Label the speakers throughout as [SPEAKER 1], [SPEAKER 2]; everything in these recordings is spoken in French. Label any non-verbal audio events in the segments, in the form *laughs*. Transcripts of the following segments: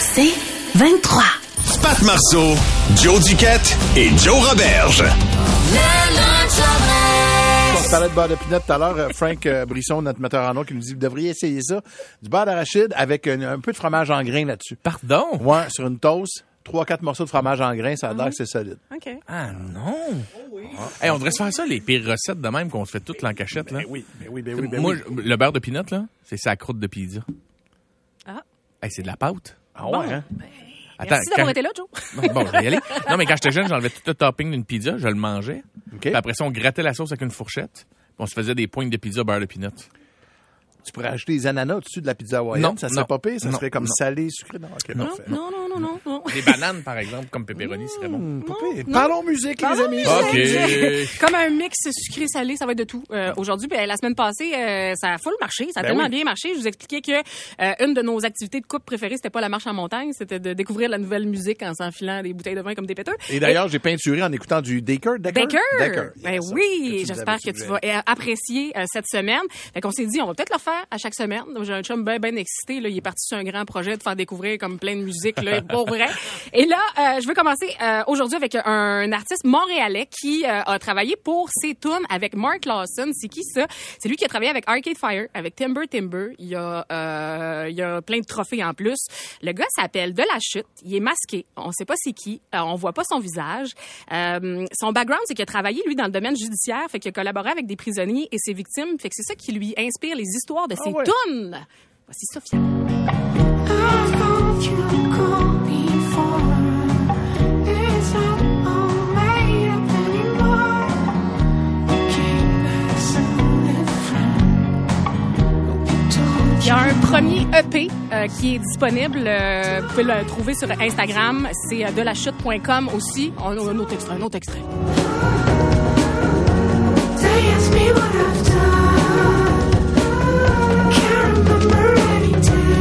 [SPEAKER 1] C'est 23.
[SPEAKER 2] Pat Marceau, Joe Duquette et Joe Roberge.
[SPEAKER 3] On parlait de beurre de pinot tout à l'heure. euh, Frank euh, Brisson, notre metteur en eau, qui nous dit vous devriez essayer ça. Du beurre d'arachide avec un, un peu de fromage en grain là-dessus.
[SPEAKER 4] Pardon?
[SPEAKER 3] Ouais, sur une toast, trois, quatre morceaux de fromage en grain, ça a l'air que c'est solide.
[SPEAKER 5] OK.
[SPEAKER 4] Ah non! Ah. Hey, on devrait se faire ça, les pires recettes de même qu'on se fait toutes en cachette. Là.
[SPEAKER 3] oui, mais Ben oui, mais
[SPEAKER 4] Moi, je- le beurre de pinot, là, c'est sa croûte de pizza.
[SPEAKER 5] Ah.
[SPEAKER 4] Hey, c'est de la pâte.
[SPEAKER 3] Ah ouais, hein?
[SPEAKER 5] Merci d'avoir
[SPEAKER 4] quand-
[SPEAKER 5] été là, Joe.
[SPEAKER 4] Non, bon, je vais y aller. Non, mais quand j'étais jeune, j'enlevais tout le topping d'une pizza, je le mangeais.
[SPEAKER 3] OK.
[SPEAKER 4] Puis après ça, on grattait la sauce avec une fourchette. Puis on se faisait des poignes de pizza beurre de pinot.
[SPEAKER 3] Tu pourrais ajouter des ananas au-dessus de la pizza hawaïenne.
[SPEAKER 4] Non,
[SPEAKER 3] ça serait
[SPEAKER 4] non,
[SPEAKER 3] pas pire. Ça
[SPEAKER 4] non,
[SPEAKER 3] serait comme
[SPEAKER 4] non.
[SPEAKER 3] salé, sucré. Non, ok,
[SPEAKER 5] Non,
[SPEAKER 3] parfait.
[SPEAKER 5] non, non, non, non, non.
[SPEAKER 4] Des bananes, par exemple, comme pepperoni, serait bon.
[SPEAKER 3] Hum, pas pire. Parlons musique, les amis.
[SPEAKER 4] Ok.
[SPEAKER 3] *laughs*
[SPEAKER 5] Comme un mix sucré-salé, ça va être de tout. Euh, Aujourd'hui, ben, la semaine passée, euh, ça a full marché. Ça a
[SPEAKER 3] Ben
[SPEAKER 5] tellement
[SPEAKER 3] oui.
[SPEAKER 5] bien marché. Je vous expliquais que euh, une de nos activités de couple préférées, c'était pas la marche en montagne, c'était de découvrir la nouvelle musique en s'enfilant des bouteilles de vin comme des péteux.
[SPEAKER 3] Et d'ailleurs, j'ai peinturé en écoutant du Decker. Decker?
[SPEAKER 5] Baker! Ben
[SPEAKER 3] Yes, ça, que
[SPEAKER 5] oui,
[SPEAKER 3] nous
[SPEAKER 5] j'espère
[SPEAKER 3] avais
[SPEAKER 5] que tu
[SPEAKER 3] suggéré.
[SPEAKER 5] vas euh, apprécier euh, cette semaine. Fait qu'on s'est dit, on va peut-être le faire à chaque semaine. J'ai un chum bien ben excité, là, il est parti sur un grand projet de faire découvrir comme plein de musique, là, pour vrai. Et là, euh, je veux commencer euh, aujourd'hui avec un artiste montréalais qui euh, a travaillé pour ses tunes avec Mark Lawson. C'est qui ça? C'est lui qui a travaillé avec Arcade Fire, avec Timber Timber. Il y a, euh, il y a plein de trophées en plus. Le gars s'appelle De La Chute. Il est masqué. On sait pas c'est qui. Euh, on voit pas son visage. Euh, son background, c'est qu'il a travaillé, lui, dans le domaine judiciaire. Fait qu'il a collaboré avec des prisonniers et ses victimes. Fait que c'est ça qui lui inspire les histoires de ses
[SPEAKER 3] ouais.
[SPEAKER 5] tunes. Voici Sophia. Il y a un premier EP euh, qui est disponible. Euh, vous pouvez le trouver sur Instagram. C'est euh, delachute.com aussi. On a un autre extrait, un autre extrait.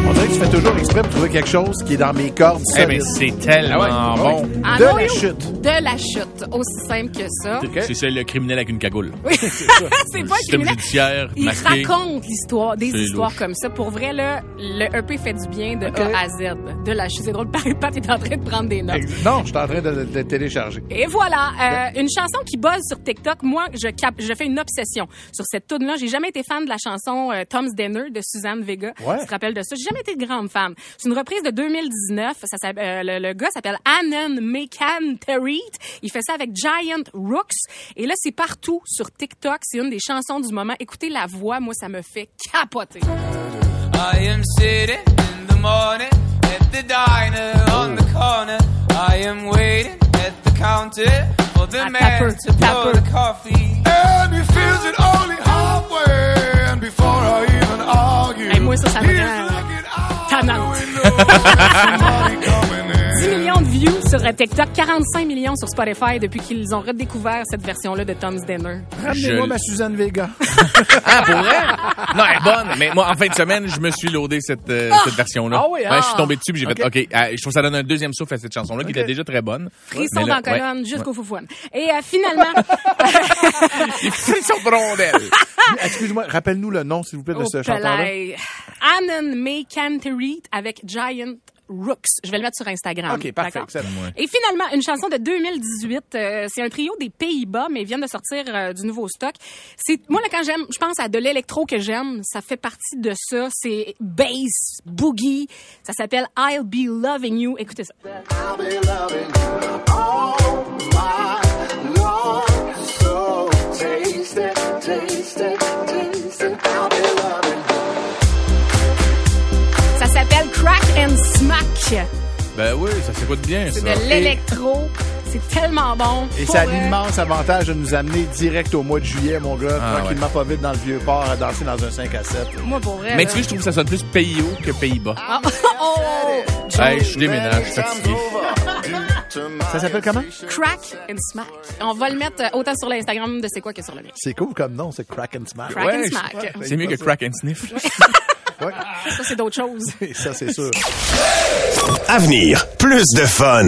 [SPEAKER 3] On dirait que tu fais toujours exprès pour trouver quelque chose qui est dans mes cordes.
[SPEAKER 4] Eh ben,
[SPEAKER 3] solides.
[SPEAKER 4] c'est tellement
[SPEAKER 3] Ah ouais.
[SPEAKER 4] bon.
[SPEAKER 5] Ah,
[SPEAKER 3] De
[SPEAKER 5] non,
[SPEAKER 3] la
[SPEAKER 5] you.
[SPEAKER 3] chute.
[SPEAKER 5] De la chute. Aussi simple que ça.
[SPEAKER 3] Ok.
[SPEAKER 4] C'est ça, le criminel avec une cagoule.
[SPEAKER 5] *laughs* C'est
[SPEAKER 4] Le
[SPEAKER 5] pas
[SPEAKER 4] système
[SPEAKER 5] criminel.
[SPEAKER 4] judiciaire,
[SPEAKER 5] Il
[SPEAKER 4] masqué.
[SPEAKER 5] raconte l'histoire, des
[SPEAKER 4] C'est
[SPEAKER 5] histoires
[SPEAKER 4] louche.
[SPEAKER 5] comme ça. Pour vrai, là, le EP fait du bien de A à Z. De la chute. C'est drôle, *laughs* Pat Pat est en train de prendre des notes.
[SPEAKER 3] Ex- Non, je suis en train de le de le télécharger.
[SPEAKER 5] Et voilà, euh, une chanson qui buzz sur TikTok. Moi, je cap, je fais une obsession sur cette tune là J'ai jamais été fan de la chanson euh, Tom's Dinner de Suzanne Vega.
[SPEAKER 3] Ouais.
[SPEAKER 5] Tu te rappelles de ça J'ai jamais été de grande fan. C'est une reprise de 2019. Ça, s'appelle- euh, le, le gars s'appelle Annan Mekan Terreet. Il fait ça avec Giant Rooks. Et là, c'est partout sur TikTok. C'est une des chansons du moment. Écoutez la voix, moi, ça me fait capoter.
[SPEAKER 6] I am sitting in the morning at the diner on the corner. I am waiting at the counter for the
[SPEAKER 5] Ah,
[SPEAKER 6] man
[SPEAKER 5] tapper,
[SPEAKER 6] to pour
[SPEAKER 5] tapper.
[SPEAKER 6] the coffee. And he feels it only halfway. And before I even argue,
[SPEAKER 5] Hey, moi, ça, ça me
[SPEAKER 6] he's
[SPEAKER 5] rend
[SPEAKER 6] looking out
[SPEAKER 5] tannante. *laughs*
[SPEAKER 6] the window. Somebody coming in.
[SPEAKER 5] 10 millions de views sur euh, TikTok, 45 millions sur Spotify depuis qu'ils ont redécouvert cette version-là de Tom's Dinner.
[SPEAKER 3] Ramenez-moi
[SPEAKER 4] Je-
[SPEAKER 3] ma Suzanne Vega.
[SPEAKER 4] Ah, pour elle? Non, elle est bonne. Mais moi, en fin de semaine, je me suis loadé cette, euh, cette version-là.
[SPEAKER 3] Ah oui,
[SPEAKER 4] Ouais,
[SPEAKER 3] ah.
[SPEAKER 4] je suis tombé dessus, puis j'ai
[SPEAKER 3] Ok.
[SPEAKER 4] fait, OK, ah, je trouve que ça donne un deuxième souffle à cette chanson-là, qui
[SPEAKER 3] Ok.
[SPEAKER 4] était déjà très bonne.
[SPEAKER 5] Frisson
[SPEAKER 4] Mais
[SPEAKER 5] dans
[SPEAKER 4] là,
[SPEAKER 5] la
[SPEAKER 4] *laughs*
[SPEAKER 5] colonne jusqu'au foufoune. Et euh,
[SPEAKER 3] *laughs*
[SPEAKER 5] finalement,
[SPEAKER 4] ouais. Frissons de rondelle.
[SPEAKER 3] *laughs* Excuse-moi, rappelle-nous le nom, s'il vous plaît, de
[SPEAKER 5] au
[SPEAKER 3] ce chanteur-là.
[SPEAKER 5] palais, Annan May Cantery avec Giant Rooks. Je vais le mettre sur Instagram.
[SPEAKER 3] OK, parfait.
[SPEAKER 5] D'accord?
[SPEAKER 3] excellent.
[SPEAKER 5] Et finalement, une chanson de 2018. euh, c'est un trio des Pays-Bas, mais ils viennent de sortir euh, du nouveau stock. C'est moi là quand j'aime, je pense à de l'électro que j'aime. Ça fait partie de ça. C'est bass, boogie. Ça s'appelle I'll be loving you. Écoutez ça. Ça s'appelle Crack and Smack.
[SPEAKER 4] Ben oui, ça s'écoute bien, ça.
[SPEAKER 5] C'est de l'électro. C'est tellement bon.
[SPEAKER 3] Et
[SPEAKER 5] Pour
[SPEAKER 3] ça a
[SPEAKER 5] vrai.
[SPEAKER 3] l'immense avantage de nous amener direct au mois de juillet, mon gars,
[SPEAKER 4] Ah,
[SPEAKER 3] tranquillement pas vite dans le vieux port à danser dans un 5 à 7.
[SPEAKER 5] Moi, pour vrai.
[SPEAKER 4] Mais
[SPEAKER 5] là.
[SPEAKER 4] tu vois, je trouve que ça sonne plus pays que Pays-Bas.
[SPEAKER 5] Ah, Oh!
[SPEAKER 4] Hey, je déménage, je suis fatigué.
[SPEAKER 3] Ça s'appelle comment?
[SPEAKER 5] Crack and Smack. On va le mettre euh, autant sur l'Instagram de C'est quoi que sur le mien.
[SPEAKER 3] C'est cool comme nom, c'est Crack and Smash.
[SPEAKER 5] Crack and
[SPEAKER 4] je-
[SPEAKER 5] Smack.
[SPEAKER 4] C'est mieux que crack and sniff.
[SPEAKER 5] Ça, c'est
[SPEAKER 4] *laughs*
[SPEAKER 5] d'autres choses.
[SPEAKER 3] Ouais, ça c'est sûr.
[SPEAKER 2] Avenir, plus de fun.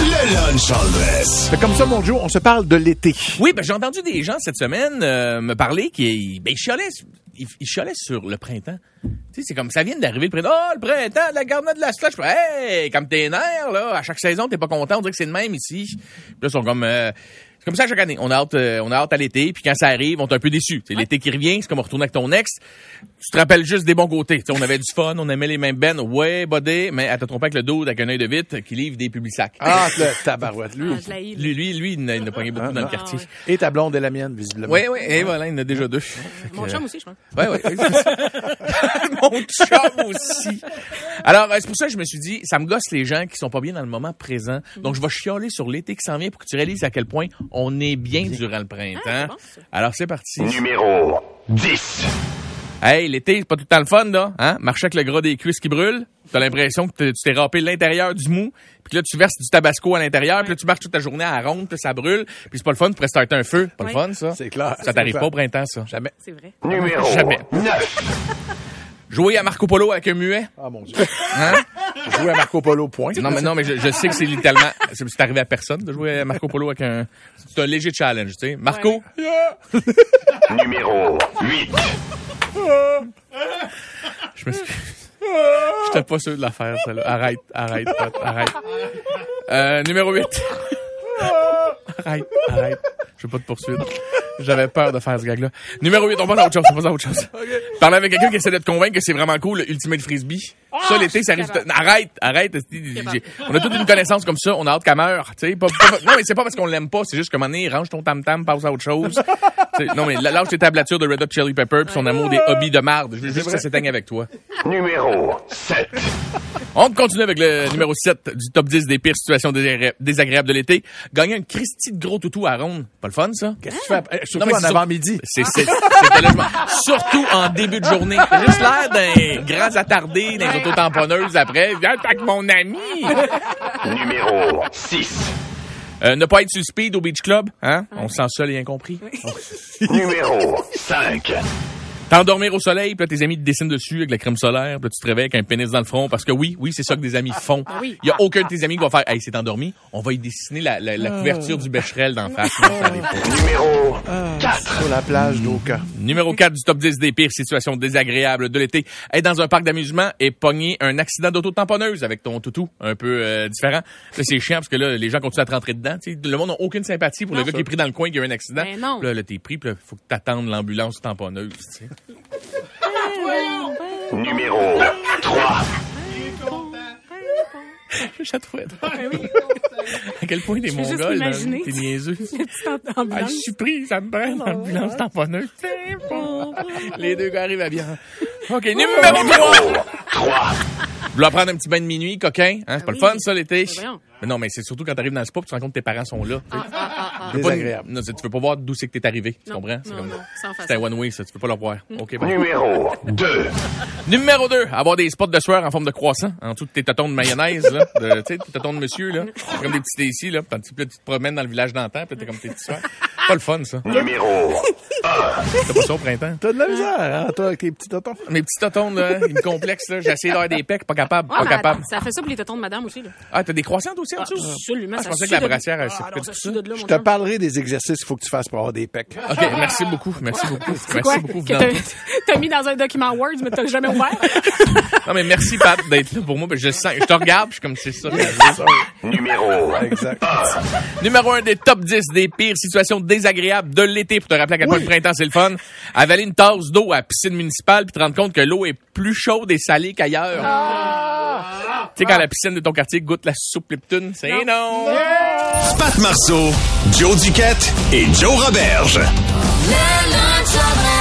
[SPEAKER 2] Le lunch Andress.
[SPEAKER 3] C'est comme ça, mon Joe, on se parle de l'été.
[SPEAKER 4] Oui, ben j'ai entendu des gens cette semaine euh, me parler qui ben, ils chialaient, ils, ils chialaient sur le printemps. Tu sais, c'est comme ça vient d'arriver le printemps. Oh, le printemps, de la garnade de la slush. Je fais, Hey, comme t'es nerf, là, à chaque saison, t'es pas content, on dirait que c'est le même ici. Puis là, ils sont comme euh, c'est comme ça chaque année. On a hâte, euh, on a hâte à l'été, puis quand ça arrive, on est un peu déçu. C'est l'été qui revient, c'est comme retourner avec ton ex. Tu te rappelles juste des bons côtés. Tu sais, on avait du fun, on aimait les mêmes bennes. Ouais, bodé, mais à te tromper avec le dos avec un œil de vite qui livre des publics sacs. *laughs*
[SPEAKER 3] Ah, le tabarouette,
[SPEAKER 5] Ah,
[SPEAKER 3] lui.
[SPEAKER 5] je la hais, là.
[SPEAKER 4] Lui, lui, lui, il n'a pas pogné beaucoup dans le
[SPEAKER 5] Ah,
[SPEAKER 4] quartier.
[SPEAKER 5] ouais.
[SPEAKER 3] Et ta blonde et la mienne, visiblement.
[SPEAKER 4] Oui, oui, et voilà, il en a déjà deux. euh,
[SPEAKER 5] Mon chum aussi, je pense.
[SPEAKER 4] Ouais, ouais. *laughs* Mon chum aussi. Alors, euh, c'est pour ça que je me suis dit, ça me gosse les gens qui sont pas bien dans le moment présent.
[SPEAKER 5] Mm-hmm.
[SPEAKER 4] Donc, je vais chialer sur l'été qui s'en vient pour que tu réalises à quel point on est bien durant le printemps.
[SPEAKER 5] Ah, c'est bon, ça.
[SPEAKER 4] Alors, c'est parti.
[SPEAKER 3] Mm.
[SPEAKER 7] Numéro 10.
[SPEAKER 4] Hey, l'été, c'est pas tout le temps le fun, là. Hein? Marcher avec le gras des cuisses qui brûlent. T'as l'impression que t'es- tu t'es râpé l'intérieur du mou. Puis que là, tu verses du tabasco à l'intérieur. Puis là, tu marches toute ta journée à la ronde. Puis ça brûle. Puis c'est pas le fun. Tu pourrais starter un feu. Pas le
[SPEAKER 5] Ouais.
[SPEAKER 4] fun, ça.
[SPEAKER 3] C'est clair.
[SPEAKER 4] Ça t'arrive pas au printemps, ça.
[SPEAKER 3] Jamais.
[SPEAKER 5] C'est vrai.
[SPEAKER 7] Numéro
[SPEAKER 4] Jamais.
[SPEAKER 7] 9.
[SPEAKER 4] Jouer à Marco Polo avec un muet.
[SPEAKER 3] Ah, mon
[SPEAKER 4] *laughs*
[SPEAKER 3] Dieu. Jouer à Marco Polo, point.
[SPEAKER 4] Hein? Non, mais non, mais je, je sais que c'est littéralement. C'est c'est arrivé à personne de jouer à Marco Polo avec un. C'est un léger challenge, tu sais. Marco, yeah!
[SPEAKER 7] Numéro 8.
[SPEAKER 4] je m'excuse. *laughs* J'étais pas sûr de la faire, celle-là. Arrête, arrête, Pat, arrête. Euh, numéro 8. Arrête, arrête. Je veux pas de poursuite. J'avais peur de faire ce gag-là. Numéro 8, on passe à autre chose, on passe à autre chose. Parler avec quelqu'un qui essaie de te convaincre que c'est vraiment cool, le Ultimate Frisbee. ça, l'été, ça arrive...
[SPEAKER 5] capable.
[SPEAKER 4] Arrête, arrête. esti, j'ai- On a toute une connaissance comme ça, on a hâte qu'elle meure. tu sais, Pas, pas- non, mais c'est pas parce qu'on l'aime pas, c'est juste que un moment donné, range ton tam-tam, passe à autre chose. Tu sais, non, mais lâche tes tablatures de Red Hot Chili Pepper puis son amour des hobbies de marde. Je veux juste que ça s'éteigne avec toi.
[SPEAKER 7] Numéro 7.
[SPEAKER 4] On continue avec le numéro 7 du top 10 des pires situations désagré- désagréables de l'été. Gagner un Christy de gros toutou à ronde. Pas le fun, ça?
[SPEAKER 3] Qu'est-ce que tu fais après? Eh, Surtout
[SPEAKER 4] Non, mais
[SPEAKER 3] en
[SPEAKER 4] c'est sur-
[SPEAKER 3] avant-midi.
[SPEAKER 4] C'est, c'est, c'est délogement. Surtout en début
[SPEAKER 3] *laughs*
[SPEAKER 4] de journée. T'as Juste l'air d'un grand attardé, d'un auto-tamponneuses après. Viens t'es avec mon ami!
[SPEAKER 7] Numéro 6.
[SPEAKER 4] Euh, ne pas être sur speed au beach club, hein? On se sent seul et incompris.
[SPEAKER 7] Numéro 5.
[SPEAKER 4] T'endormir au soleil, puis là, tes amis te dessinent dessus avec la crème solaire, puis là, tu te réveilles avec un pénis dans le front, parce que oui, oui, c'est ça que des amis font.
[SPEAKER 5] Ah, oui.
[SPEAKER 4] Il y a aucun de tes amis qui va faire, hey, c'est endormi, on va y dessiner la, la, la
[SPEAKER 5] Ah.
[SPEAKER 4] couverture du bécherel d'en
[SPEAKER 5] *laughs*
[SPEAKER 4] face. Non, ça arrive pas.
[SPEAKER 7] Numéro
[SPEAKER 3] Sur la plage d'Oka.
[SPEAKER 4] Numéro 4 du top 10 des pires situations désagréables de l'été. Être dans un parc d'amusement et pogner un accident d'auto-tamponneuse avec ton toutou un peu euh, différent. Ça, c'est chiant parce que là, les gens continuent à te rentrer dedans. Tu sais, le monde n'a aucune sympathie pour le gars qui est pris dans le coin qui a eu un accident.
[SPEAKER 5] Ben non.
[SPEAKER 4] Puis Là, là, t'es pris, puis là, faut que t'attendes l'ambulance tamponneuse. tu sais.
[SPEAKER 7] Numéro 3.
[SPEAKER 4] Je la trouvais drôle. à quel point des
[SPEAKER 5] Ben Je peux juste
[SPEAKER 4] mongols, là,
[SPEAKER 5] imaginer.
[SPEAKER 4] t'es
[SPEAKER 5] *laughs*
[SPEAKER 4] niaiseux.
[SPEAKER 5] Petite
[SPEAKER 4] Ah, je
[SPEAKER 5] ambulance.
[SPEAKER 4] suis pris, ça me prend une ambulance tamponneuse. C'est bon.
[SPEAKER 5] Ah,
[SPEAKER 4] *laughs* Les deux gars arrivent à bien. OK, numéro 3!
[SPEAKER 7] 3.
[SPEAKER 4] Vouloir prendre un petit bain de minuit, coquin, hein, c'est pas
[SPEAKER 5] Ah
[SPEAKER 4] le fun
[SPEAKER 5] oui.
[SPEAKER 4] ça l'été.
[SPEAKER 5] Ben voyons. Ah.
[SPEAKER 4] Mais non, mais c'est surtout quand t'arrives dans le spa, puis tu te rends compte que tes parents sont là. Tu sais. Tu peux pas-
[SPEAKER 3] Désagréable.
[SPEAKER 4] Non, c'est- tu peux pas voir d'où c'est que t'es arrivé, tu
[SPEAKER 5] Non,
[SPEAKER 4] comprends C'est
[SPEAKER 5] non,
[SPEAKER 4] comme-
[SPEAKER 5] non, sans façon.
[SPEAKER 4] C'est un one way ça, tu peux pas le voir. OK, bon.
[SPEAKER 7] Numéro 2.
[SPEAKER 4] Numéro 2, avoir des spots de sueur en forme de croissant en dessous de tes tâtons de mayonnaise là, de, tu sais, tes tâtons de monsieur là, C'est comme des petits ici là, puis tu puis là, tu te promènes dans le village d'antan, puis là, t'es comme tes petits sueurs. Pas le fun ça.
[SPEAKER 7] Numéro
[SPEAKER 4] C'est pas Ah, ça au printemps.
[SPEAKER 3] T'as de la misère, hein, toi, avec tes petits tontons.
[SPEAKER 4] Mes petits tâtons là, ils me complexent là, j'essaie d'avoir des pecs, pas capable,
[SPEAKER 5] Ah,
[SPEAKER 4] pas
[SPEAKER 5] mais
[SPEAKER 4] capable.
[SPEAKER 5] attends, ça fait ça pour les tétons de madame aussi, là.
[SPEAKER 4] Ah, t'as des croissants toi aussi en
[SPEAKER 5] Ah,
[SPEAKER 4] dessous
[SPEAKER 5] absolument,
[SPEAKER 4] Ah, je
[SPEAKER 5] ça
[SPEAKER 4] pensais que
[SPEAKER 5] suit
[SPEAKER 4] la
[SPEAKER 5] de-
[SPEAKER 4] brassière elle
[SPEAKER 5] Ah,
[SPEAKER 4] s'occupait
[SPEAKER 5] non,
[SPEAKER 4] de
[SPEAKER 5] ça
[SPEAKER 4] tout
[SPEAKER 5] suit
[SPEAKER 4] ça.
[SPEAKER 5] de là, mon
[SPEAKER 3] Je te
[SPEAKER 5] chum.
[SPEAKER 3] parle parlerai des exercices qu'il faut que tu fasses pour avoir des pecs.
[SPEAKER 4] OK, merci beaucoup. Merci beaucoup.
[SPEAKER 5] *laughs* C'est
[SPEAKER 4] Merci
[SPEAKER 5] quoi
[SPEAKER 4] beaucoup.
[SPEAKER 5] que
[SPEAKER 4] Venant.
[SPEAKER 5] *laughs* t'as- t'as mis dans un document Word, mais t'as jamais ouvert?
[SPEAKER 4] Non, mais merci, Pat, d'être là pour moi. parce que Je le sens, je te regarde, puis je suis comme, c'est ça. que je veux.
[SPEAKER 7] Numéro
[SPEAKER 3] Exact.
[SPEAKER 4] Numéro 1 des top 10 des pires situations désagréables de l'été pour te rappeler à quel point le printemps c'est le fun. Avaler une tasse d'eau à la piscine municipale puis te rendre compte que l'eau est plus chaude et salée qu'ailleurs.
[SPEAKER 5] Ah!
[SPEAKER 4] Tu sais, quand la piscine de ton quartier goûte la soupe Lipton, c'est non.
[SPEAKER 2] Pat Marceau, Joe Duquette et Joe Roberge.
[SPEAKER 1] Le lunch à